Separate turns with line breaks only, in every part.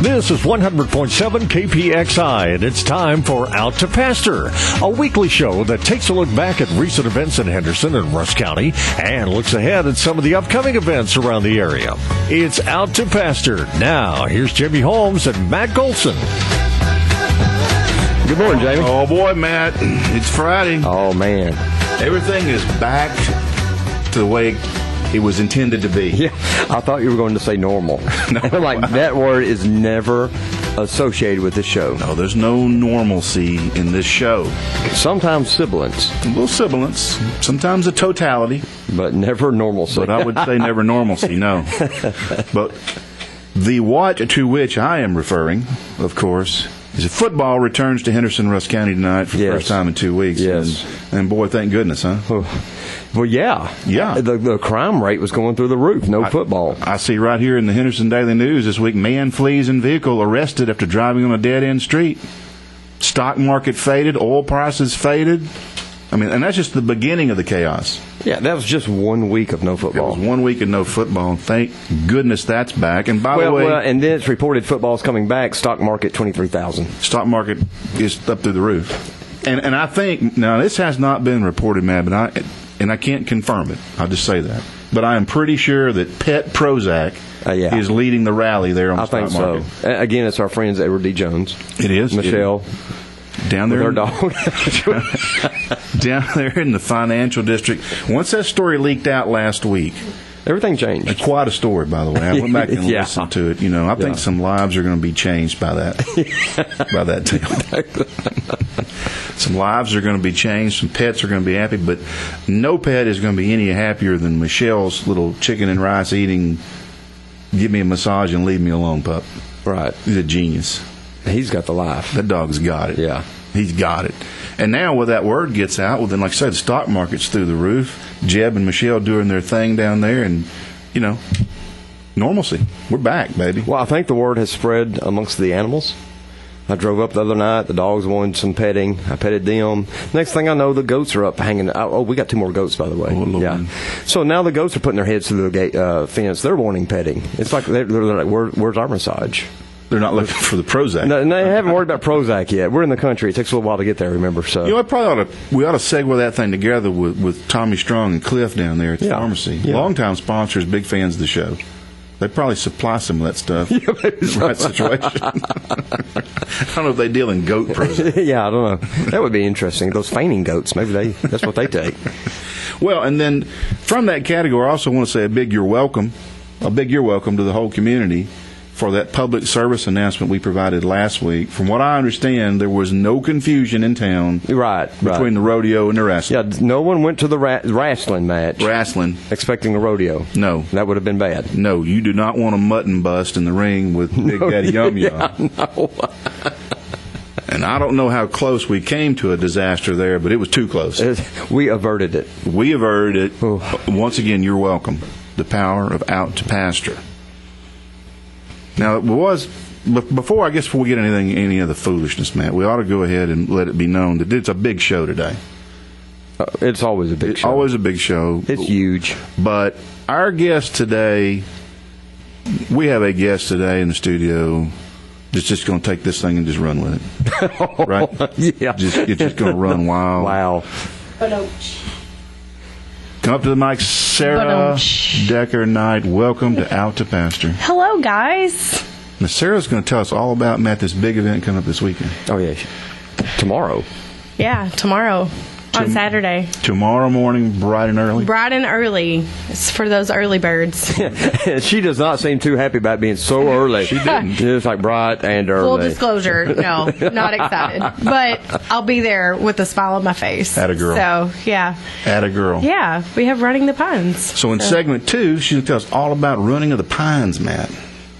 This is 100.7 KPXI, and it's time for Out to Pasture, a weekly show that takes a look back at recent events in Henderson and Russ County and looks ahead at some of the upcoming events around the area. It's Out to Pasture. Now, here's Jimmy Holmes and Matt Golson.
Good morning, Jamie.
Oh boy, Matt, it's Friday.
Oh man,
Everything is back to the way it was intended to be.
yeah. I thought you were going to say normal. I'm like that word is never associated with this show.
No, Oh, there's no normalcy in this show.
Sometimes sibilance,
A little sibilance, sometimes a totality,
but never normalcy.
but I would say never normalcy, no. But the watch to which I am referring, of course, is that football returns to Henderson Russ County tonight for the
Yes.
first time in two weeks.
Yes.
And, and boy, thank goodness, huh?
well, yeah,
Yeah.
The, the crime rate was going through the roof. No football.
I see right here in the Henderson Daily News this week man flees in vehicle arrested after driving on a dead end street. Stock market faded, oil prices faded. I mean, and that's just the beginning of the chaos.
yeah, that was just one week of no
It was
football.
one week of no football. Thank goodness that's back. And by
Well,
the way,
well, and then it's reported football's coming back. Stock market twenty three thousand.
stock market is up through the roof. And and I think now this has not been reported, Matt, but I and I can't confirm it. I'll just say that. But I am pretty sure that Pet Prozac
Uh, yeah.
is leading the rally there on
I
the stock
think so.
market.
A- Again, it's our friends Edward D. Jones,
It is It-
Michelle,
down there
their
in-
dog.
down there in the financial district. Once that story leaked out last week,
Everything changed.
quite a story, by the way. I went back and
Yeah.
listened to it. You know, I think some lives are going to be changed by that. by that tale. some lives are going to be changed. Some pets are going to be happy, but no pet is going to be any happier than Michelle's little chicken and rice eating. Give me a massage and leave me alone, pup.
Right.
He's a genius.
He's got the life.
That dog's got it.
Yeah.
He's got it. And now, when that word gets out, well, then, like I said, the stock market's through the roof. Jeb and Michelle doing their thing down there, and, you know, normalcy. We're back, baby.
Well, I think the word has spread amongst the animals. I drove up the other night. The dogs wanted some petting. I petted them. Next thing I know, the goats are up hanging. Oh, oh, we got two more goats, by the way.
Oh, Lord.
Yeah. So now the goats are putting their heads through the gate, uh, fence. They're wanting petting. It's like they're, they're like, Where, "Where's our massage?"
They're not looking for the Prozac.
No, no, they haven't worried about Prozac yet. We're in the country. It takes a little while to get there. Remember, so
You know, I probably ought to, we ought to segue that thing together with, with Tommy Strong and Cliff down there at the
Yeah.
pharmacy.
Yeah.
Longtime sponsors, big fans of the show. They probably supply some of that stuff in the right situation. I don't know if they deal in goat Prozac.
yeah, I don't know. That would be interesting. Those fainting goats. Maybe they—that's what they take.
Well, and then from that category, I also want to say a big you're welcome, a big you're welcome to the whole community for that public service announcement we provided last week. From what I understand, there was no confusion in town
Right. Right.
between the rodeo and the wrestling.
Yeah, no one went to the ra- wrestling match
Wrestling,
expecting a rodeo.
no.
That would have been bad.
No, you do not want a mutton bust in the ring with Big Daddy Yum Yum. and I don't know how close we came to a disaster there, but it was too close.
It- We averted it.
We have heard it. Once again, you're welcome. The power of out to pasture. Now, it was be- before I guess before we get anything any of the foolishness, Matt, we ought to go ahead and let it be known that it's a big show today.
Uh, It's always a big show.
Always a big show.
It's huge.
But our guest today, we have a guest today in the studio that's just going to take this thing and just run with it. right?
Yeah.
Just, it's just going to run wild.
Wow.
Come up to the mic, Sarah
Ba-dum.
Decker Knight. Welcome to Out to Pasture.
Hello, guys.
Now, Sarah's going to tell us all about Matt this big event coming up this weekend.
Oh, yeah. Tomorrow.
Yeah, tomorrow on Saturday,
Tomorrow morning, bright and early.
bright and early. It's for those early birds.
she does not seem too happy about being so early. She didn't. It's like bright and
Full
early.
disclosure, no, not excited, but I'll be there with a smile on my face.
Atta girl.
So yeah,
At a girl.
yeah, we have running the pines.
So in segment two, she's going to tell us all about running of the pines, Matt.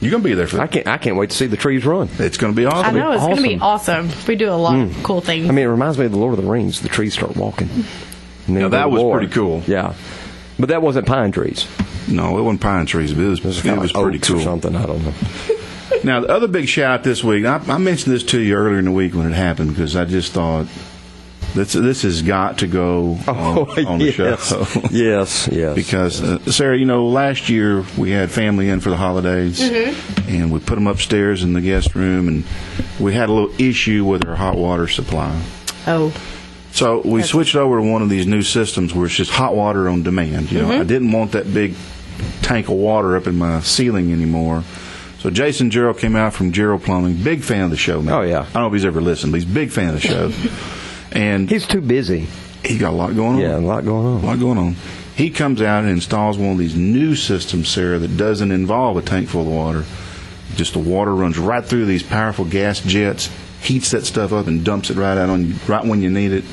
You're going to be there for
I
that.
can't. I can't wait to see the trees run.
It's going to be
I
awesome.
know it's going to be awesome. We do a lot of cool things.
I mean, it reminds me of the Lord of the Rings. The trees start walking. And then
Now,
they
that was
roar.
pretty cool.
Yeah, but that wasn't pine trees.
No, it wasn't pine trees, but it was,
Those are
it
kinda
was
like
pretty
oaks
cool.
or something. I don't know.
Now, the other big shout out this week, I, I mentioned this to you earlier in the week when it happened because I just thought This this has got to go on, on the
Oh, yes.
show.
yes, yes.
because uh, Sarah, you know, last year we had family in for the holidays,
Mm-hmm.
and we put them upstairs in the guest room, and we had a little issue with our hot water supply.
Oh,
So we switched over to one of these new systems where it's just hot water on demand. You know,
Mm-hmm.
I didn't want that big tank of water up in my ceiling anymore. So Jason Gerald came out from Gerald Plumbing, big fan of the show, man.
Oh, yeah.
I don't know if he's ever listened, but he's a big fan of the show. and
he's too busy.
he got a lot going on.
Yeah, a lot going on.
A lot going on. Hmm. He comes out and installs one of these new systems, Sarah, that doesn't involve a tank full of water. Just the water runs right through these powerful gas jets, heats that stuff up, and dumps it right out on you, right when you need it.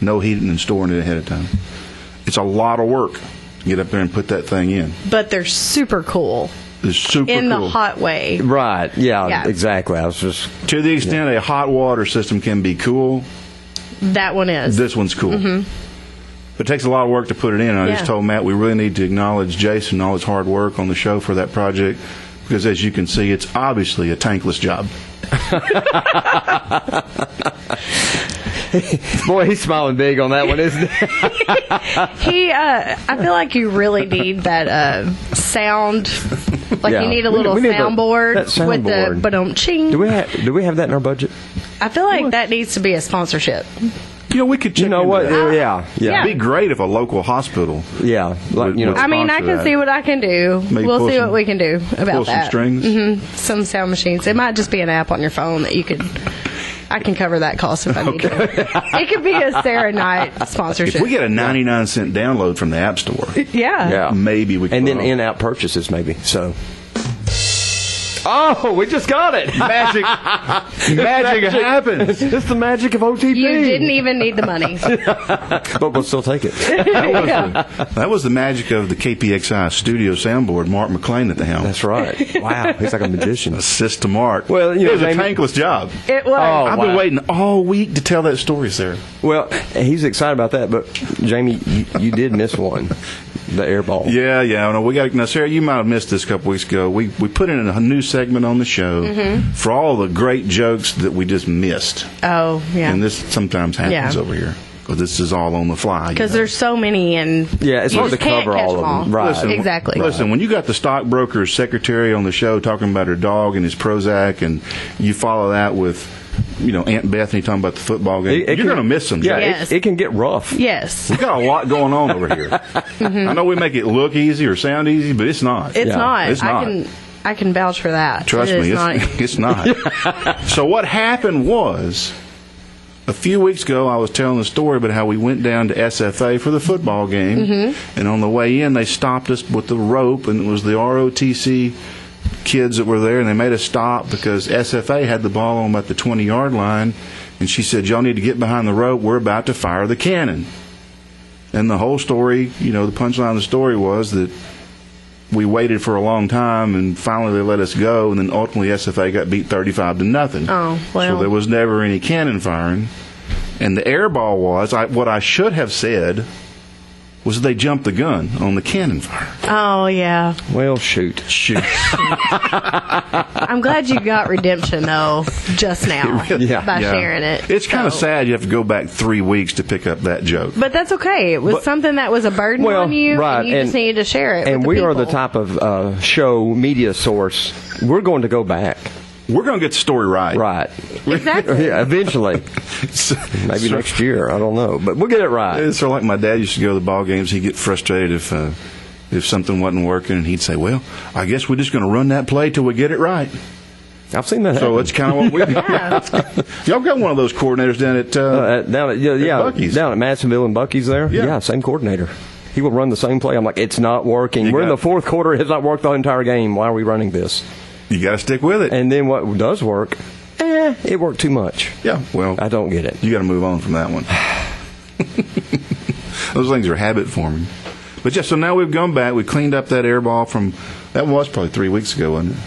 No heating and storing it ahead of time. It's a lot of work. to Get up there and put that thing in.
but they're super cool
It's super
in
cool.
the hot way.
Right. Yeah,
Yeah.
exactly. I was just
to the extent a hot water system can be cool,
That one is.
this one's cool. But it takes a lot of work to put it in. I just
Mm-hmm. Yeah.
told Matt we really need to acknowledge Jason and all his hard work on the show for that project because, as you can see, it's obviously a tankless job.
Boy, he's smiling big on that one, isn't he?
he, uh, I feel like you really need that uh, sound. Like
Yeah.
you need a
We-
little
we need the-
soundboard,
that
with the
soundboard.
ba ching.
Do we have do we have that in our budget?
I feel like that needs to be a sponsorship.
You know, we could check
You know
into
what?
that.
Yeah, yeah. Yeah.
Yeah.
It'd be great if a local hospital
Yeah, Like, you know,
I mean, I
Sponsor
can
that.
see what I can do.
Maybe
we'll
pull
see
some-
what we can do about
pull some
that.
strings.
hmm Some sound machines. It might just be an app on your phone that you could. I can cover that cost if I need to. It could be a Sarah Knight sponsorship.
If we get a 99 cent download from the App Store,
yeah.
yeah.
maybe we could.
and then in-out purchases maybe. So Oh, we just got it.
magic, magic happens.
it's the magic of OTP.
You didn't e- even need the money.
But we'll still take it.
That was the magic of the KPXI studio soundboard, Mark McLean at the helm.
That's right. Wow, he's like a magician.
Assist to Mark.
Well, you know,
it was a
maybe-
tankless job.
It was.
Oh.
I've been
wow.
waiting all week to tell that story, Sarah.
Well, he's excited about that, but Jamie, you, you did miss one. The air ball.
Yeah, yeah. No, we got now, Sarah. You might have missed this a couple weeks ago. We we put in a new segment on the show
Mm-hmm.
for all the great jokes that we just missed,
Oh,
and
yeah.
this sometimes happens
Yeah.
over here because this is all on the fly. you
Because
know.
there's so many, and
Yeah, it's
you
hard
just
to
can't
cover
catch
all of them. Right.
Listen,
Exactly.
Listen, when you got the stockbroker's secretary on the show talking about her dog and his Prozac, and you follow that with, you know, Aunt Bethany talking about the football game,
It- it
you're
can-
going to miss them.
Yeah,
Jack.
Yes.
it, it can get rough.
Yes,
We got a lot going on over here. I know we make it look easy or sound easy, but it's not.
it's
Yeah,
not.
it's not.
I can I can vouch for that.
Trust
It is
me, it's
not.
it's not. so what happened was a few weeks ago I was telling the story about how we went down to SFA for the football game
Mm-hmm.
and on the way in they stopped us with the rope and it was the ROTC kids that were there and they made us stop because SFA had the ball on about the 20 yard line and she said y'all need to get behind the rope we're about to fire the cannon. And the whole story, you know, the punchline of the story was that we waited for a long time and finally they let us go and then ultimately SFA got beat 35 to nothing.
Oh, well.
So there was never any cannon firing. And the air ball was I, what I should have said was they jumped the gun on the cannon fire.
Oh yeah.
Well, shoot.
Shoot.
I'm glad you got redemption though, just now
Yeah.
by
Yeah.
sharing it.
It's kind of
So-
sad you have to go back 3 weeks to pick up that joke.
Oh. But that's okay. It was something that was a burden
Well,
on you,
right,
and you
and-
just needed to share it.
And
with
we are
people.
the type of uh, show media source. We're going to go back.
We're going to get the story right.
Right.
Exactly.
Yeah, eventually. Maybe next year. I don't know. But we'll get it right.
It's sort of like my dad used to go to the ball games. He'd get frustrated if uh, if something wasn't working, and he'd say, "Well, I guess we're just going to run that play till we get it right."
I've seen that.
Uh, So
happen.
it's kind of what we Y'all got one of those coordinators down at. Uh,
Uh, down at, yeah, yeah,
Buc-ee's.
down at Madisonville and Bucky's there.
Yeah.
same coordinator. He will run the same play. I'm like, it's not working.
You
We're in
got-
the fourth quarter. It has not worked the entire game. Why are we running this?
you got to stick with it.
And then what does work? Eh, it worked too much.
yeah. Well,
I don't get it.
You got to move on from that one. Those things are habit forming. But yeah, so now we've gone back. We cleaned up that air ball from that was probably three weeks ago, wasn't it?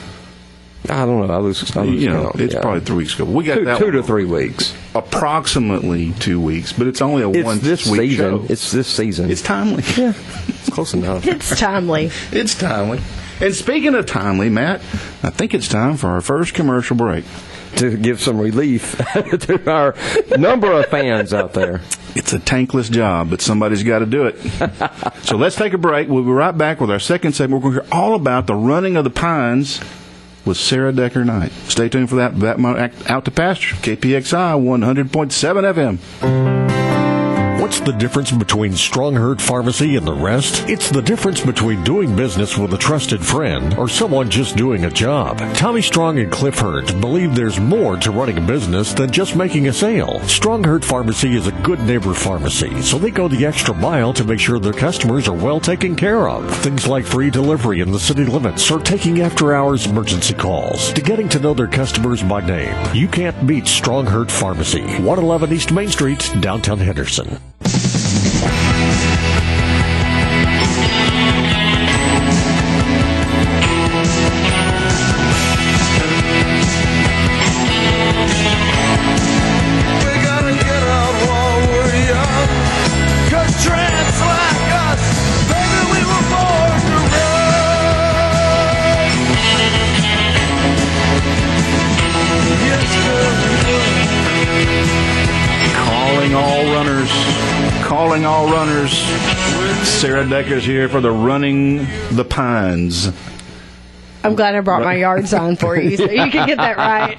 I don't know. I lose. I lose
you know,
count.
it's
Oh, Yeah.
probably three weeks ago. We got
two,
that
two
one.
to three weeks.
approximately two weeks, but it's only a
It's
one
this
week
season.
show.
It's this season.
It's timely.
yeah, it's close enough.
It's timely.
It's timely. And speaking of timely, Matt, I think it's time for our first commercial break.
to give some relief to our number of fans out there.
It's a tankless job, but somebody's got to do it. so let's take a break. We'll be right back with our second segment. We're going to hear all about the running of the pines with Sarah Decker Knight. Stay tuned for that. That out to pasture. KPXI 100.7 FM.
What's the difference between Strongherd Pharmacy and the rest? It's the difference between doing business with a trusted friend or someone just doing a job. Tommy Strong and Cliff Hurt believe there's more to running a business than just making a sale. Strongherd Pharmacy is a good neighbor pharmacy, so they go the extra mile to make sure their customers are well taken care of. Things like free delivery in the city limits or taking after hours emergency calls to getting to know their customers by name. You can't beat Strongherd Pharmacy, 111 East Main Street, downtown Henderson.
We're gonna get out while we're young. 'Cause tramps like us, baby, we were born to run. Yes, girl, we will.
Calling all runners. Calling all runners. Sarah Decker's here for the Running the Pines.
I'm glad I brought my yards on for you so you can get that right.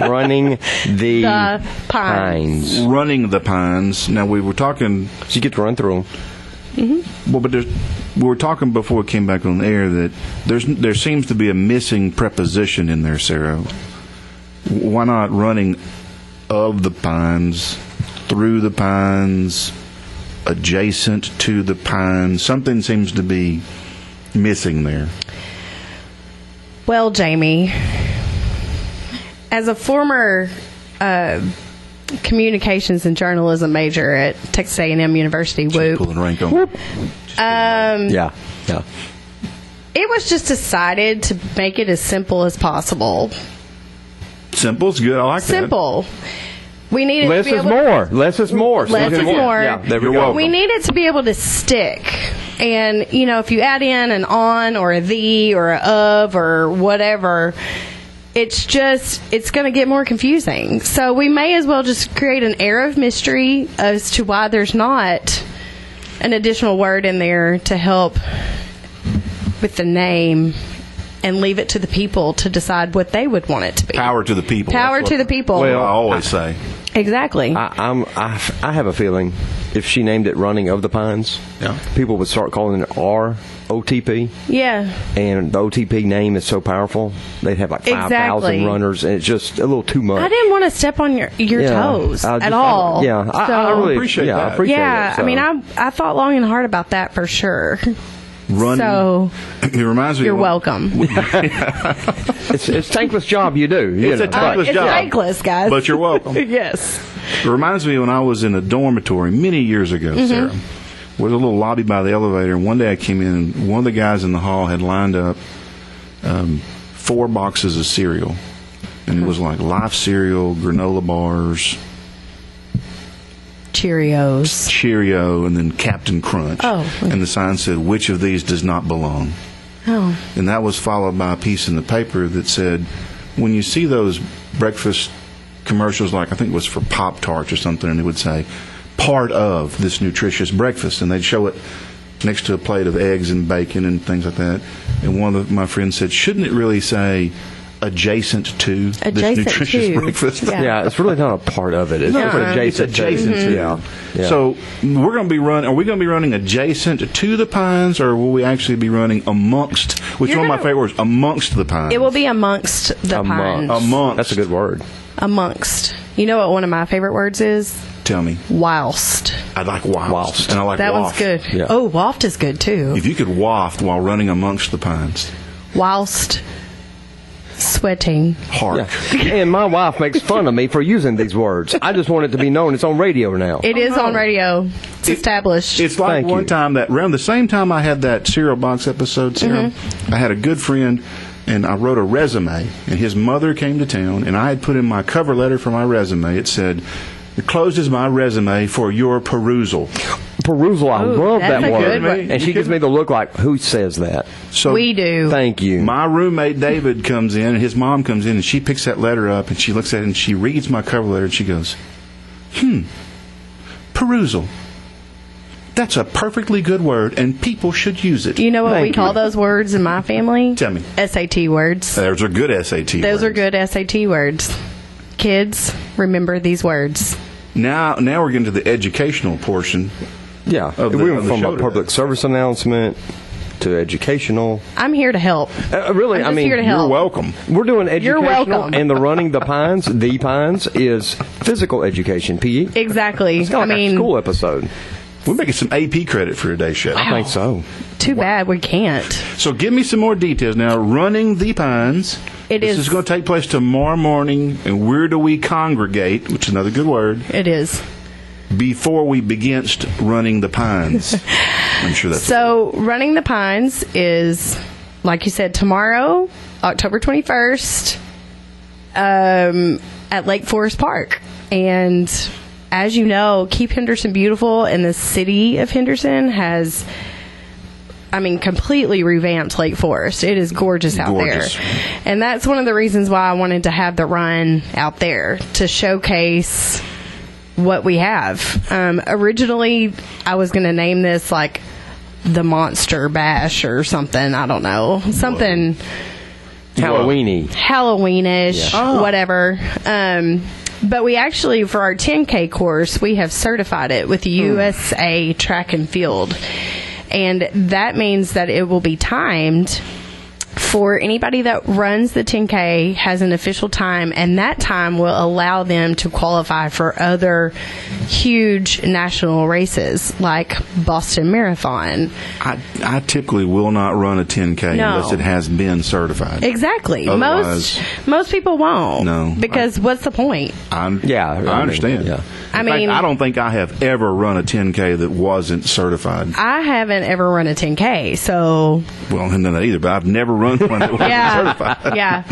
Running the,
The pines.
pines.
Running the Pines. Now, we were talking,
So you get to run through them.
well, but there's, we were talking before it came back on air that there's there seems to be a missing preposition in there, Sarah. Why not running of the pines, through the pines, adjacent to the pines? Something seems to be missing there.
Well, Jamie, as a former uh, communications and journalism major at Texas A&M University, whoop,
Pulling rank on.
um,
Yeah, yeah.
it was just decided to make it as simple as possible.
Simple's good. I like
Simple. We needed
Less
to be
is
able
more. Less is more.
Less
Okay.
is more.
Yeah, there we
You're
go.
welcome.
We need it to be able to stick. And, you know, if you add in an on or a the or a of or whatever, it's just, it's going to get more confusing. So we may as well just create an air of mystery as to why there's not an additional word in there to help with the name and leave it to the people to decide what they would want it to be.
that. Power to the people.
Power
That's
to
what-
the people. Ah.
Well, I always say.
exactly.
I, I'm, I, I have a feeling if she named it Running of the Pines,
Yeah.
people would start calling it ROTP.
yeah.
And the OTP name is so powerful, they'd have like 5,000
Exactly.
runners, and it's just a little too much.
I didn't want to step on your your
Yeah.
toes
I just-
at
I-
all.
yeah, I, I
So-
really
Appreciate
yeah, I
that.
appreciate
yeah.
it, so.
I mean, I I thought long and hard about that for sure.
Running.
So
it reminds me.
you're
of-
welcome.
it's it's tankless job you do. You
It's
know.
a tankless
Uh, it's
job.
thankless, guys.
But you're welcome.
yes.
It reminds me when I was in a dormitory many years ago, Sarah. There was a little lobby by the elevator, and one day I came in, and one of the guys in the hall had lined up um, four boxes of cereal. And it was like life cereal, granola bars,
Cheerios.
Cheerio, and then Captain Crunch.
Oh.
And the sign said, which of these does not belong?
Oh.
And that was followed by a piece in the paper that said, when you see those breakfast commercials, like I think it was for Pop Tarts or something, and it would say, part of this nutritious breakfast, and they'd show it next to a plate of eggs and bacon and things like that. And one of the, my friends said, shouldn't it really say adjacent to this
Adjacent
nutritious
to.
breakfast?
Yeah.
yeah, it's really not a part of it. It's
No,
just
it's
adjacent.
adjacent
to.
to.
Yeah. yeah.
So we're going to be run. Are we going to be running adjacent to the pines, or will we actually be running amongst? Which
You're
one of my
gonna-
favorite words? Amongst the pines.
It will be amongst the
amongst.
pines.
Amongst.
That's a good word.
amongst. You know what one of my favorite words is?
Tell me.
Whilst.
I like waft,
Waft.
and I like
that
waft.
one's good.
Yeah.
Oh, waft is good too.
If you could waft while running amongst the pines,
Whilst sweating.
hark.
and my wife makes fun of me for using these words. I just want it to be known. It's on radio now.
It is on radio. It's established.
It's like
Thank
one
you.
time that around the same time I had that cereal box episode, Sarah,
Mm-hmm.
I had a good friend and I wrote a resume and his mother came to town and I had put in my cover letter for my resume. It said, Closed is my resume for your perusal.
perusal. I
Ooh,
love
that's
that
a
word.
good one.
And she gives me the look like, who says that?
So
we do.
Thank you.
My roommate David comes in, and his mom comes in, and she picks that letter up, and she looks at it, and she reads my cover letter, and she goes, "Hmm, perusal. That's a perfectly good word, and people should use it."
you know what
Thank
we
you.
call those words in my family?
Tell me.
SAT words.
Those are good SAT.
those are
words.
good SAT words. Kids, remember these words.
Now, now we're getting to the educational portion.
yeah.
Of the- of
we went
the
from
show
a
today.
public service announcement to educational.
I'm here to help.
Uh, really,
I'm
I
just
mean,
here to
you're
help.
You're welcome.
We're doing
You're
educational,
welcome.
and the running the pines, the pines is physical education, PE. It's
Exactly.
kind of
I
like
mean,
a school episode.
We're making some AP credit for today's show.
I think so.
too bad we can't.
So give me some more details now. Running the Pines.
It
this
is-
is going to take place tomorrow morning, and where do we congregate? Which is another good word.
It is.
Before we begins running the pines, I'm sure that's
So, Running the Pines is, like you said, tomorrow, October 21st, um, at Lake Forest Park. And as you know, Keep Henderson Beautiful and the city of Henderson has. I mean, completely revamped Lake Forest. It is gorgeous out
Gorgeous.
there. And that's one of the reasons why I wanted to have the run out there to showcase what we have. Um, originally, I was going to name this like the Monster Bash or something. I don't know. Something.
Halloweeny.
Halloweenish, whatever. Um, but we actually, for our 10K course, we have certified it with USA Track and Field. And that means that it will be timed for anybody that runs the 10K has an official time, and that time will allow them to qualify for other huge national races like Boston Marathon.
I, I typically will not run a 10K
No.
unless it has been certified.
Exactly.
Otherwise-
most most people won't.
No.
Because what's the point?
I,
Yeah, I
I,
mean,
understand.
yeah.
I
In fact,
mean-
I don't think I have ever run a 10K that wasn't certified.
I haven't ever run a 10K, so
Well, none of that either, but I've never run one that wasn't
yeah,
certified.
yeah.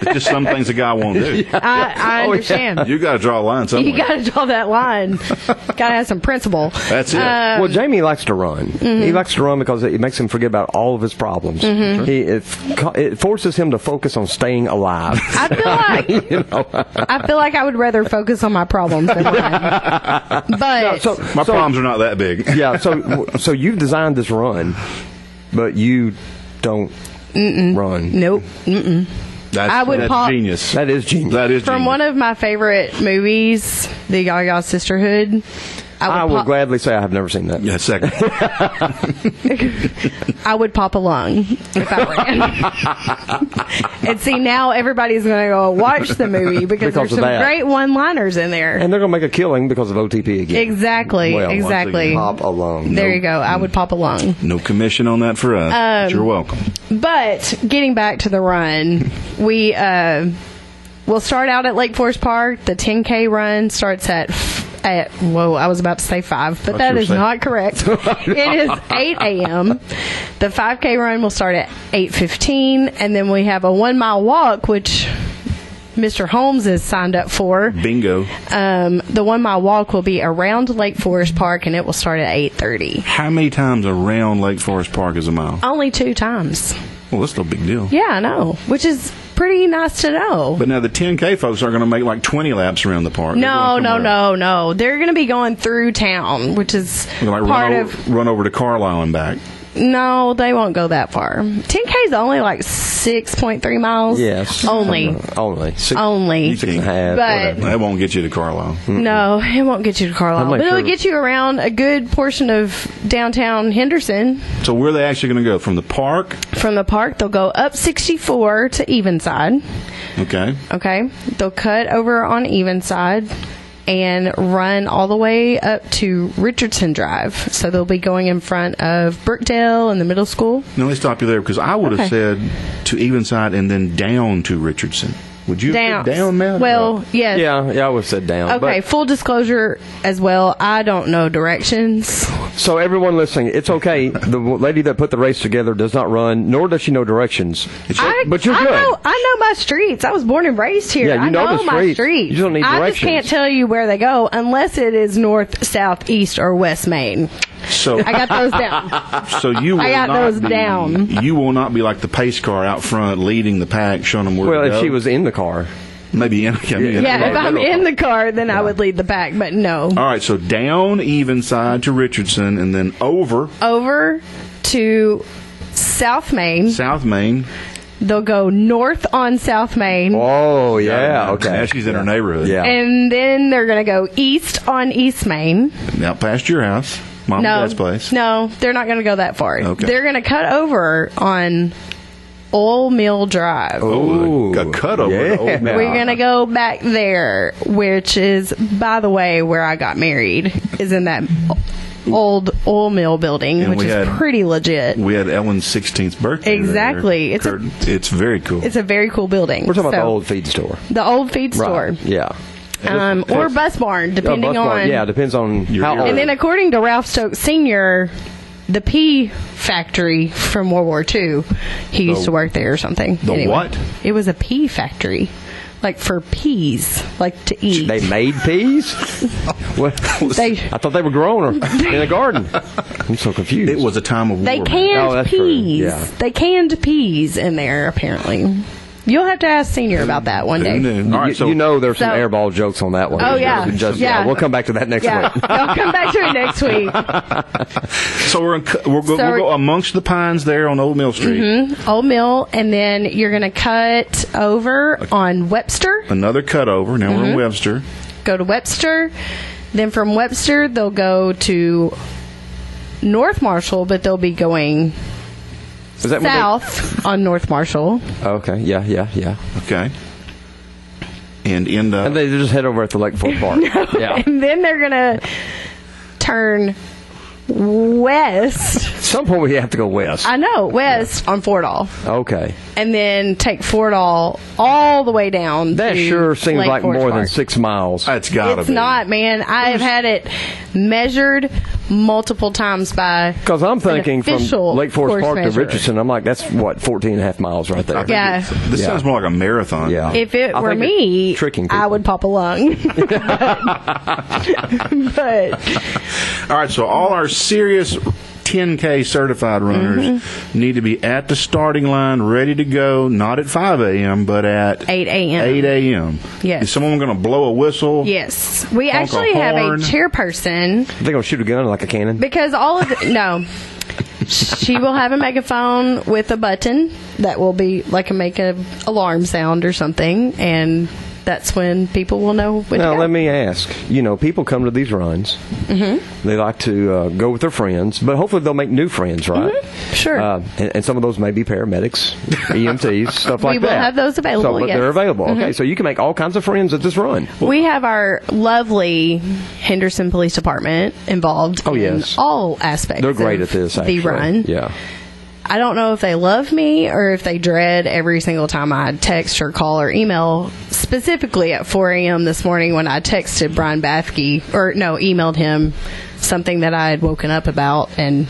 It's just some things a guy won't do.
Oh,
I, I understand.
You got to draw a line somewhere.
You got to draw that line. got to have some principle.
That's it.
uh,
well, Jamie likes to run.
Mm-hmm.
He likes to run because it makes him forget about all of his problems.
Mm-hmm.
He, it, co- it forces him to focus on staying alive.
I feel like I feel like I would rather focus on my problems than mine. But
so,
My
so-
problems are not that big.
yeah. So, so you've designed this run, but you don't run.
nope.
That's,
I would
that's
pop-
genius.
That is genius.
That is
From
genius.
one of my favorite movies, The Gaga Sisterhood.
I will
pop,
gladly say I have never seen that.
yeah, second.
I would pop a lung if I ran. and see, now everybody's going to go watch the movie
Because
because, there's
of
some
that.
great one-liners in there.
And they're going to make a killing because of OTP again.
Exactly.
Well, once
exactly.
Pop alone.
There you go. I would pop along.
No commission on that for us.
Um,
but you're welcome.
But getting back to the run, we uh, we'll start out at Lake Forest Park. The 10K run starts at. At, whoa, I was about to say five, but
Thought you
that
were
is
saying-
not correct. it is 8 a.m. The 5K run will start at 8:15, and then we have a one mile walk, which Mr. Holmes is signed up for.
Bingo.
Um, the one mile walk will be around Lake Forest Park, and it will start at 8:30.
How many times around Lake Forest Park is a mile?
Only two times.
Well, that's no big deal.
Uh, Yeah, I know. Which is pretty nice to know.
But now the 10K folks are going to make like 20 laps around the park.
no,
They're going
no,
somewhere.
no, no. They're going to be going through town, which is
They're Like
part
run, o-
of.
run over to Carlisle and back.
No, they won't go that far. 10K is only like 6.3 miles.
Yes.
Only.
Only. Six,
Only.
six and a half,
But-
whatever.
That won't get you to Carlisle.
Hmm.
No, it won't get you to Carlisle,
I'm like
but it'll
sure-
get you around a good portion of downtown Henderson.
So where are they actually going to go? From the park?
From the park, they'll go up 64 to Evenside.
Okay.
Okay. They'll cut over on Evenside and run all the way up to Richardson Drive. So they'll be going in front of Brookdale and the middle school.
Now, let me stop you there because I would have
Okay.
said to Evenside and then down to Richardson. Would you have
Down.
put down Matt?
Well, yes.
Yeah, yeah, I would have said down.
Okay,
But-
full disclosure as well. I don't know directions.
So everyone listening, it's okay. The lady that put the race together does not run, nor does she know directions.
I,
but you're
I
good.
Know, I know my streets. I was born and raised here.
Yeah, you
I
know
know,
the
my
streets.
streets.
You don't need
I just
directions.
can't tell you where they go unless it is north, south, east, or west Main.
so
I got those down.
so you will
I got
not
those
be,
down.
You will not be like the pace car out front leading the pack, showing them where.
Well,
to
if
go.
she was in the car,
maybe in, yeah, maybe in-
yeah, if I'm in the car, then I would lead the pack, but no.
All right, so down even side to Richardson, and then over
Over to South Main.
South Main.
They'll go north on South Main.
oh yeah,
now-
okay.
Now she's in her neighborhood.
Yeah.
And then they're going to go east on East Main.
Now past your house, mom
no,
and dad's place.
No, they're not going to go that far.
Okay.
They're going to cut over on Old Mill Drive.
Oh,
Ooh.
a cut over.
Yeah.
to Old Mill.
We're going to go back there, which is, by the way, where I got married, is in that old oil mill building,
And
which
we
is
had-
pretty legit.
We had Ellen's 16th birthday. there.
Exactly. It's a-
Curtain. it's very cool.
It's a very cool building.
We're talking about
So,
the old feed store.
the old feed store.
Right. Yeah.
Um, or bus barn,
Oh,
depending
bus barn.
on
Yeah, depends on
Your
how
ear.
old.
And then, according to Ralph Stokes Sr., the pea factory from World War II, he used to work there or something.
the what?
It was a pea factory, like for peas, like to eat.
they made peas. Well,
They-
I thought they were grown or in a garden. I'm so confused.
It was a time of
They
war.
canned
Oh, that's true.
peas.
Yeah.
They canned peas in there, apparently. You'll have to ask Senior about that one
Who
day.
knew? All
You,
right, so
you know, there's some
So-
airball jokes on that one.
Oh, yeah.
Just-
Yeah.
We'll come back to that next
Yeah,
week.
y'all come back to it next week.
so we're in, cu- we're go,
So
we'll go
we're-
amongst the pines there on Old Mill Street.
Old Mill, and then you're going to cut over on Webster.
Another cut over. Now
Mm-hmm.
we're in Webster.
go to Webster. Then from Webster, they'll go to North Marshall, but they'll be going
Is that when they-
south on North Marshall.
okay. Yeah. Yeah. Yeah.
Okay. And end up.
And they just head over at the Lake Fort Park. Yeah.
And then they're going to turn west.
At some point, we have to go west.
I know, west on Fordall.
okay.
And then take Fordall all the way down.
That
to
sure seems
Lake
like
Forest
more than
Park.
six miles.
it's gotta
It's
be.
not, man. I have had it measured multiple times by.
Because I'm
an
thinking from
official
Lake Forest
course
Park to
measurer.
Richardson, I'm like, that's what, 14 and a half miles right there.
Yeah.
This
Yeah.
sounds more like a marathon.
Yeah.
If uh, it
I
were
think
me,
it's tricking
I
people.
would pop a lung. but, but
All right, so all our serious 10K certified runners
Mm-hmm.
need to be at the starting line, ready to go, not at 5 a.m., but at
8 a.m.
8 a.m.
Yes.
Is someone going to blow a whistle?
yes, we
Honk a
actually have a
horn.
chairperson
They're going to shoot a gun like a cannon.
because all of the, no. she will have a megaphone with a button that will be like a make a alarm sound or something, and that's when people will know when
Now,
to go.
let me ask. You know, people come to these runs.
Mm-hmm.
They like to uh, go with their friends, but hopefully they'll make new friends, right?
Mm-hmm. Sure.
Uh, and, and some of those may be paramedics, EMTs, stuff
We
like that.
will have those available,
So, but
yes. Mm-hmm.
they're available. Okay, so you can make all kinds of friends at this run.
We have our lovely Henderson Police Department involved
Oh,
in
yes.
all aspects.
They're great
of
at this,
The
actually.
run.
Yeah.
I don't know if they love me or if they dread every single time I text or call or email. Specifically at 4 a.m. this morning when I texted Brian Bathke or no, emailed him something that I had woken up about and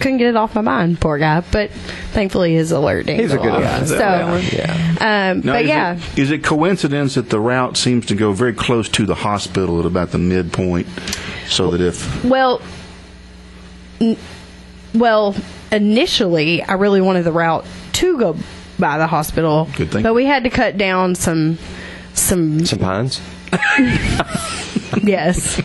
couldn't get it off my mind. Poor guy, but thankfully his alert didn't
He's a
go
good
off.
guy.
So, Um,
Now,
but
is
yeah,
It, is it coincidence that the route seems to go very close to the hospital at about the midpoint? So that if
Well, n- well, initially, I really wanted the route to go by the hospital.
Good thing.
But we had to cut down some, some
Some pines.
yes,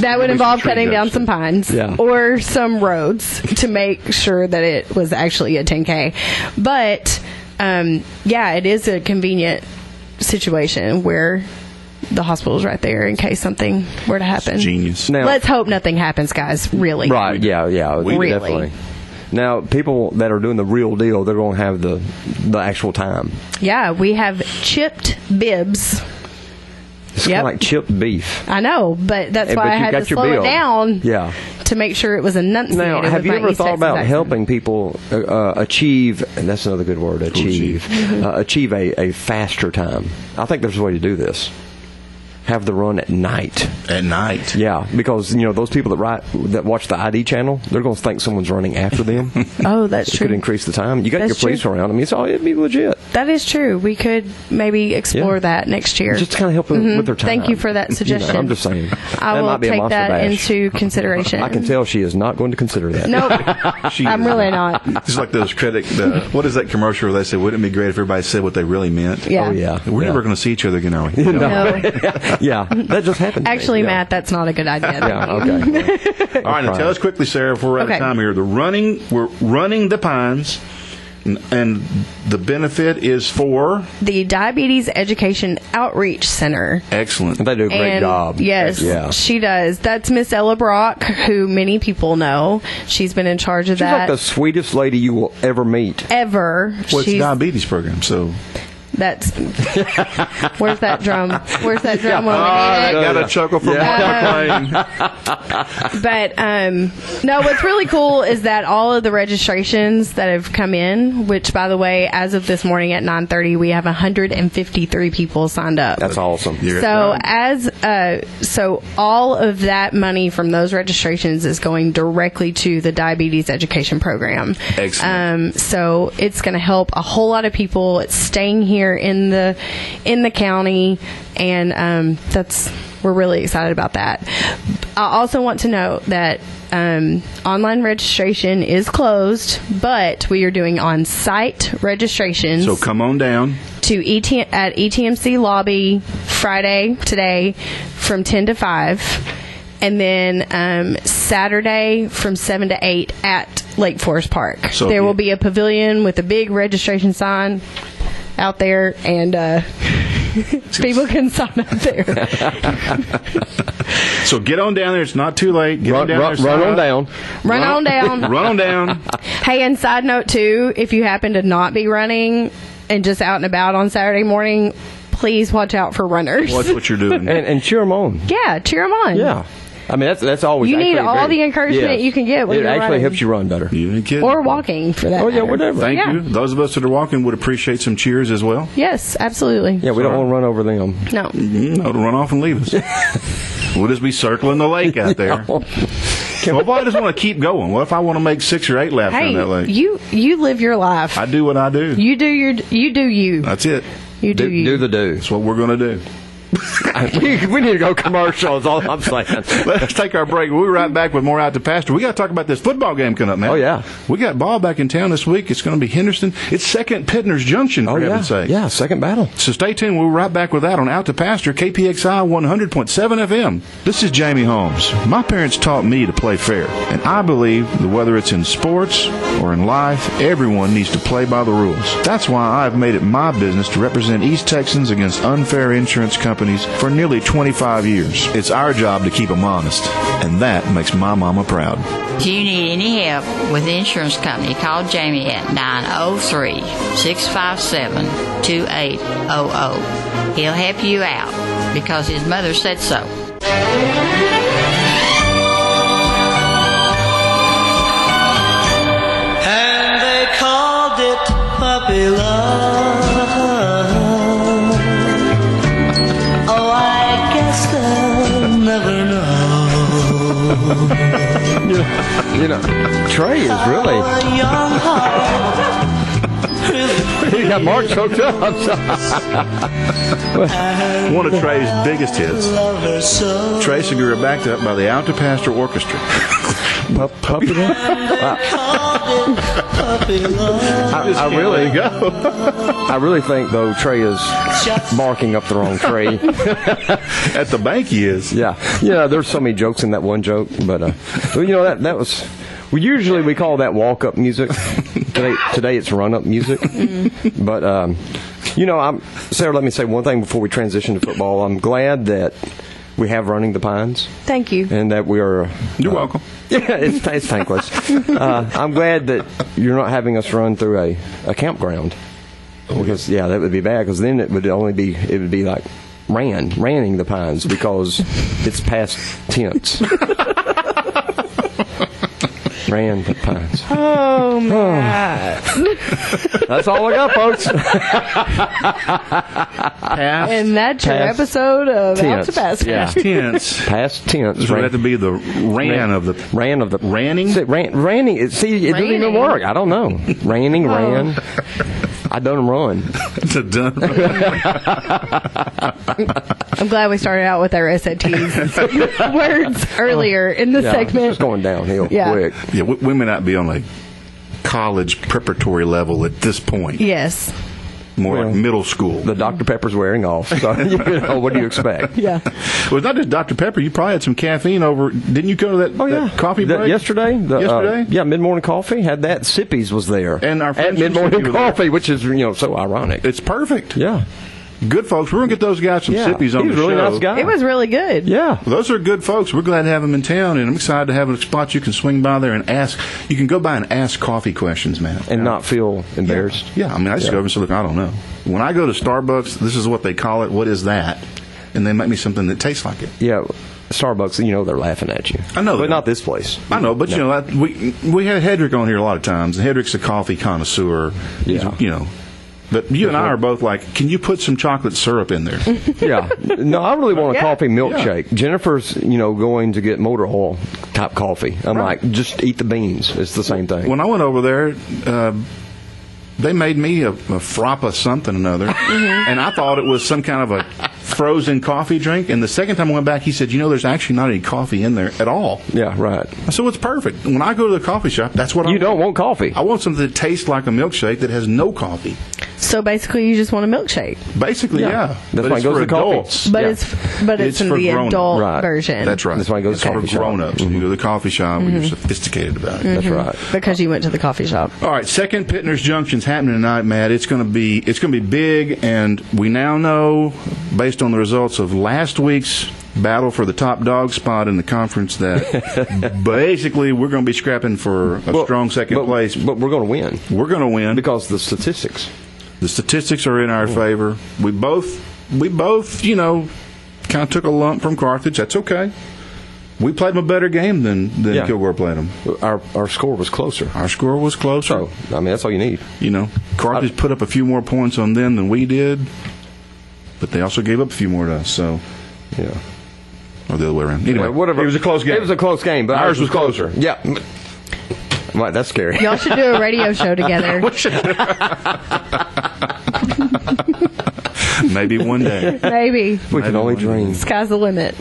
that would involve
tree
cutting down
guts.
some pines
Yeah.
or some roads to make sure that it was actually a 10k. But um, yeah, it is a convenient situation where the hospital's right there in case something were to happen.
genius,
Now,
Let's hope nothing happens, guys. Really.
Right. Yeah. Yeah.
Really.
Definitely. Now, people that are doing the real deal, they're going to have the the actual time.
Yeah, we have chipped bibs.
It's
Yep.
kind of like chipped beef.
I know, but that's
Eh,
why
but
I
you
had
got
to
your
slow
bill.
it down
Yeah.
to to make sure it was enunciated.
Now,
with
have you
my
ever
East
thought
Texas
about
accent.
helping people uh, uh, achieve? And that's another good word, achieve. uh, achieve a, a faster time. I think there's a way to do this. Have the run at night.
at night.
Yeah, because you know those people that write that watch the ID channel, they're going to think someone's running after them.
Oh, that's
Could
true.
increase the time. You got
That's
your police
true.
around. I mean, it's all it'd be legit.
That is true. We could maybe explore
Yeah.
that next year.
Just to kind of help them with their time.
Mm-hmm. Thank you for that
know,
suggestion.
I'm just saying.
I
that
will
might be a
take
monster
that
bash.
into consideration.
I can tell she is not going to consider that.
Nope.
She
I'm
is-
really not.
It's like those credit. The, what is that commercial where they say, "Wouldn't it be great if everybody said what they really meant?"
Yeah.
Oh yeah.
We're
yeah.
never going to see each other again, are we? No.
No.
yeah, that just happened. to me.
Actually,
Yeah.
Matt, that's not a good idea.
Yeah. Okay.
All right, now tell us quickly, Sarah, if we're out
Okay.
of time here. The running, we're running the pines, and, and the benefit is for
The Diabetes Education Outreach Center.
excellent.
They do a great
and
job.
Yes,
Yeah.
she does. That's Miss Ella Brock, who many people know. She's been in charge of
She's like
that
the sweetest lady you will ever meet.
ever.
Well, it's
She's-
diabetes program, so
that's where's that drum? Where's that drum? when we need it?
Ah,
got a chuckle from
Oh. But um, no, what's really cool is that all of the registrations that have come in, which by the way, as of this morning at 9:30, we have 153 people signed up.
That's awesome.
so as uh, so all of that money from those registrations is going directly to the diabetes education program.
Excellent.
Um, so it's going to help a whole lot of people. It's staying here in the in the county, and um, that's we're really excited about that. I also want to note that um, online registration is closed, but we are doing on-site registrations
So come on down.
to ET- at E ETMC lobby Friday today from 10 to 5 and then um, Saturday from 7 to 8 at Lake Forest Park.
So
there
if
will
you-
be a pavilion with a big registration sign out there and uh, people can sign up there.
So get on down there. It's not too late. Get on
Run,
down
run,
there.
run
sign
on
up.
down.
Run on down.
Run on down.
Hey, and side note too, if you happen to not be running and just out and about on Saturday morning, please watch out for runners.
Watch what you're doing.
and, and cheer them on.
Yeah, cheer them on.
Yeah. I mean, that's that's always.
You need
actually a
all
great-
the encouragement
Yes.
you can get when
it
you're
actually
running.
helps you run better.
You ain't kidding.
or walking for that.
Oh yeah,
matter.
whatever.
Thank
Yeah.
you. Those of us that are walking would appreciate some cheers as well.
Yes, absolutely.
Yeah, we don't want to run over them.
No.
You know, to run off and leave us. we'll just be circling the lake out there. Well, if I just want to keep going? What if I want to make six or eight laps around that
Hey,
lake?
you you live your life.
I do what I do.
you do your you do you.
That's it.
You do, you.
the do.
That's what we're going to do.
we, we need to go commercial. Is all I'm saying.
Let's take our break. We'll be right back with more Out to Pasture. We got to talk about this football game coming up, man.
Oh, yeah.
We got ball back in town this week. It's going to be Henderson. It's second Pittner's Junction, for
Oh yeah,
heaven's sake.
yeah. Second battle.
So stay tuned. We'll be right back with that on Out to Pasture, KPXI 100.7 FM. This is Jamie Holmes. My parents taught me to play fair, and I believe that whether it's in sports or in life, everyone needs to play by the rules. That's why I've made it my business to represent East Texans against unfair insurance companies for nearly 25 years. It's our job to keep them honest, and that makes my mama proud.
If you need any help with the insurance company, call Jamie at 903 657 2800. He'll help you out because his mother said so.
And they called it puppy love. Oh, I guess they'll never know.
You know, Trey is really.
A young heart
He got Mark choked up. I'm sorry.
One of Trey's biggest hits.
love her so.
Trey Segura backed up by the Alta Pastor Orchestra.
Pup,
Called
pup,
it puppy love.
I, I really go. I really think though Trey is barking up the wrong tree.
At the bank, he is.
yeah, yeah. There's so many jokes in that one joke, but uh, well, you know that that was. Well, usually we call that walk up music. today, today it's run up music.
Mm-hmm.
But um, you know, I'm Sarah. Let me say one thing before we transition to football. I'm glad that we have running the pines.
Thank you.
and that we are. uh,
You're welcome.
Yeah, it's, it's thankless. uh, I'm glad that you're not having us run through a, a campground.
Oh,
Because yeah, that would be bad. Because then it would only be it would be like ran ranning the pines because it's past tense. Ran the pines.
Oh my!
That's all I got, folks.
Past
and that's your
Past
episode of Out
tense.
to Basket.
Yeah.
tense.
Past tense.
So we have to be the ran, of the
ran of the
Ranning?
See, ran, ranning. it- See, it doesn't even
Ranning. Oh.
work. I don't know. Ranning, ran. I done run.
the done.
I'm glad we started out with our SATs words earlier in the
Yeah,
segment.
It's going downhill
Yeah.
quick.
Yeah, we, we may not be on a college preparatory level at this point.
Yes.
More like
Well,
middle school.
The Dr Pepper's wearing off. So you know, what do you expect?
Yeah.
Well, it's not just Dr. Pepper. You probably had some caffeine over. Didn't you go to that,
Oh yeah,
that coffee
The-
break
yesterday. the, uh,
yesterday,
yeah, mid morning coffee had that. Sippies was there,
And our
at
friends
mid
from Sippy
morning
were there.
coffee, which is you know so ironic.
It's perfect.
yeah,
Good folks. We're gonna get those guys some
yeah.
sippies on
he was
the
a really
show.
nice guy.
It was really good.
Yeah,
Those are good folks. We're glad to have them in town, and I'm excited to have a spot you can swing by there and ask. You can go by and ask coffee questions, man,
and not feel embarrassed.
Yeah, I mean, I just go over and say, look, I don't know. When I go to Starbucks, this is what they call it. What is that? And they make me something that tastes like it.
Yeah, Starbucks. You know they're laughing at you.
I know they
but not
are.
this place.
I know, but you know, I, we we had Hedrick on here a lot of times, and Hedrick's a coffee connoisseur. He's,
Yeah.
you know. But you and I are both like, can you put some chocolate syrup in there?
yeah. No, I really want a
Yeah.
coffee milkshake. Jennifer's, you know, going to get motor oil type coffee. I'm
Right.
like, just eat the beans. It's the same thing.
when I went over there, uh, they made me a, a frappa something or another,
Mm-hmm.
and I thought it was some kind of a frozen coffee drink. And the second time I went back, he said, "You know, there's actually not any coffee in there at all."
yeah, right.
So it's perfect. When I go to the coffee shop, that's what I
You don't want coffee.
I want something that tastes like a milkshake that has no coffee.
So basically, you just want a milkshake,
Basically,
Yeah.
yeah.
That's why
but
it
it's
goes
for
to coffee.
adults.
but
Yeah.
it's but it's,
It's
in
for
the
grown-
adult
Right.
version. Mm-hmm.
That's right.
That's why it goes
it's
to
for
coffee shop.
grown-ups. You go to the coffee shop when you're sophisticated about it.
That's right.
because you went to the coffee shop.
All right, second Pittner's Junction's happening tonight, Matt. It's going to be it's going to be big, and we now know, based on the results of last week's battle for the top dog spot in the conference, that basically we're going to be scrapping for a
Well,
strong second
but-
place.
But we're going to win
we're going to win
because the statistics.
the statistics are in our favor. We both we both you know kind of took a lump from Carthage. That's okay. We played them a better game than than
Yeah.
Kilgore played them.
Our our score was closer.
Our score was closer.
So I mean, that's all you need.
You know, Carthage put up a few more points on them than we did, but they also gave up a few more to us. So,
Yeah.
or the other way around. Anyway,
Well, whatever.
It was a close game.
It was a close game, but
Ours was closer.
Yeah. Right. That's scary.
Y'all should do a radio show together.
Maybe one day.
Maybe
We can only dream.
sky's the limit.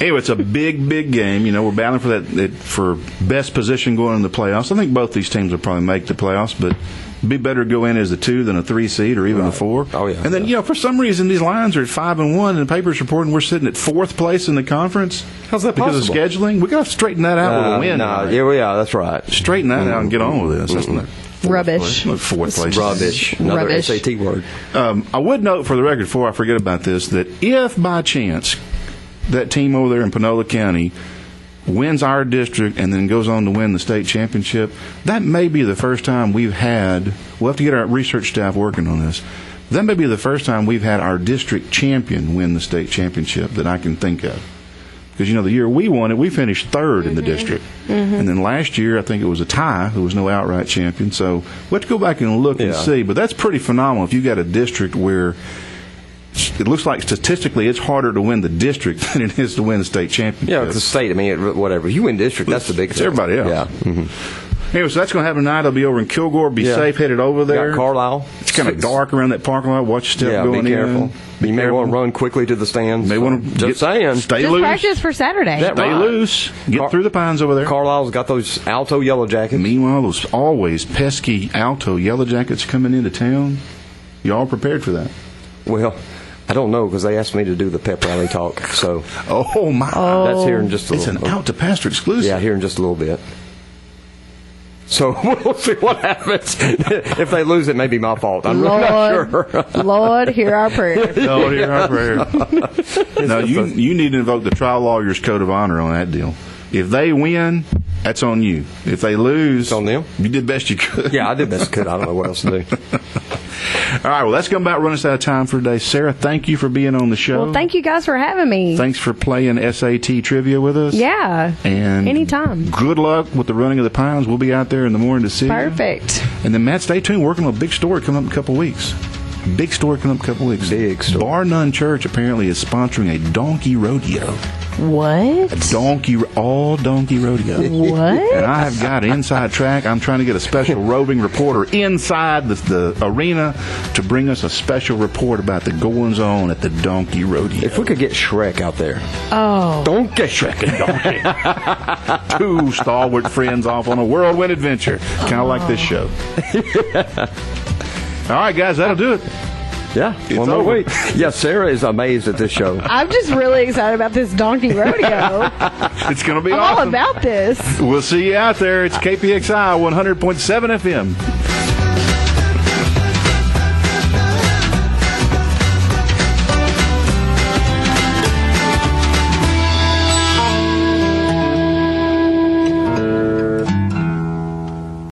anyway, it's a big, big game. You know, we're battling for that it, for best position going in the playoffs. I think both these teams will probably make the playoffs, but it'd be better to go in as a two than a three seed or even a four.
Oh, yeah.
And then
Yeah.
you know, for some reason, these lines are at five and one, and the papers reporting we're sitting at fourth place in the conference.
How's that
because
possible?
of scheduling? We got to straighten that out with a
Uh,
win.
nah, yeah, well, yeah, that's right. Mm-hmm.
Straighten that out and get on with this. That's not fourth
Rubbish.
place- not Fourth place.
Rubbish. Another
Rubbish.
SAT word.
Um, I would note for the record, before I forget about this, that if by chance that team over there in Panola County wins our district and then goes on to win the state championship, that may be the first time we've had. We'll have to get our research staff working on this. That may be the first time we've had our district champion win the state championship that I can think of. Because you know the year we won it, we finished 3rd in the district, and then last year I think it was a tie. There was no outright champion, so we have to go back and look and
Yeah.
see. But that's pretty phenomenal if you got a district where it looks like statistically it's harder to win the district than it is to win the state championship.
Yeah, it's the state. I mean, it, whatever. You win district, that's the big
It's
thing.
everybody else.
Yeah. Mm-hmm.
Anyway, so that's going to happen tonight. I'll be over in Kilgore. Be
Yeah.
safe. Headed over there.
Got Carlisle.
It's kind of dark around that parking lot. Watch your step
Yeah,
going
be careful.
in.
you may want to run quickly to the stands.
May want to
Just saying.
Stay
Just
loose.
practice for Saturday.
That-
Stay
Right.
loose. Get
Car-
through the pines over there.
Carlisle's got those Alto yellow jackets.
Meanwhile, those always pesky Alto Yellow Jackets coming into town. Y'all prepared for that?
Well, I don't know because they asked me to do the pep rally talk. So
Oh my!
that's here in just a
it's
little.
an out to pastor exclusive.
yeah, here in just a little bit. So we'll see what happens. if they lose, it may be my fault. I'm really not
Lord,
sure.
Lord, hear our prayer.
Lord, hear our prayer. no, you you need to invoke the trial lawyer's code of honor on that deal. If they win, that's on you. If they lose,
on them.
You did best you could.
Yeah, I did best I could. I don't know what else to do.
All right, well, that's going to about run us out of time for today. Sarah, thank you for being on the show.
Well, thank you guys for having me.
Thanks for playing SAT trivia with us.
yeah.
And
Anytime.
Good luck with the running of the pines. We'll be out there in the morning to see. you.
Perfect.
And then Matt, stay tuned. Working on a big story coming up in a couple weeks. Big story coming up in a couple weeks.
Big story.
Bar None Church apparently is sponsoring a donkey rodeo.
What?
Donkey, all donkey rodeo.
What?
And I have got inside track. I'm trying to get a special roving reporter inside the, the arena to bring us a special report about the goings on at the donkey rodeo.
If we could get Shrek out there,
Oh.
don't get Shrek.
two stalwart friends off on a whirlwind adventure, kind of like this show. All right, guys, that'll do it.
Yeah,
It's
one more
over.
week. Yeah, Sarah is amazed at this show.
I'm just really excited about this donkey rodeo.
It's going to be
I'm all Ah.
awesome.
about this.
We'll see you out there. It's KPXI 100.7 FM.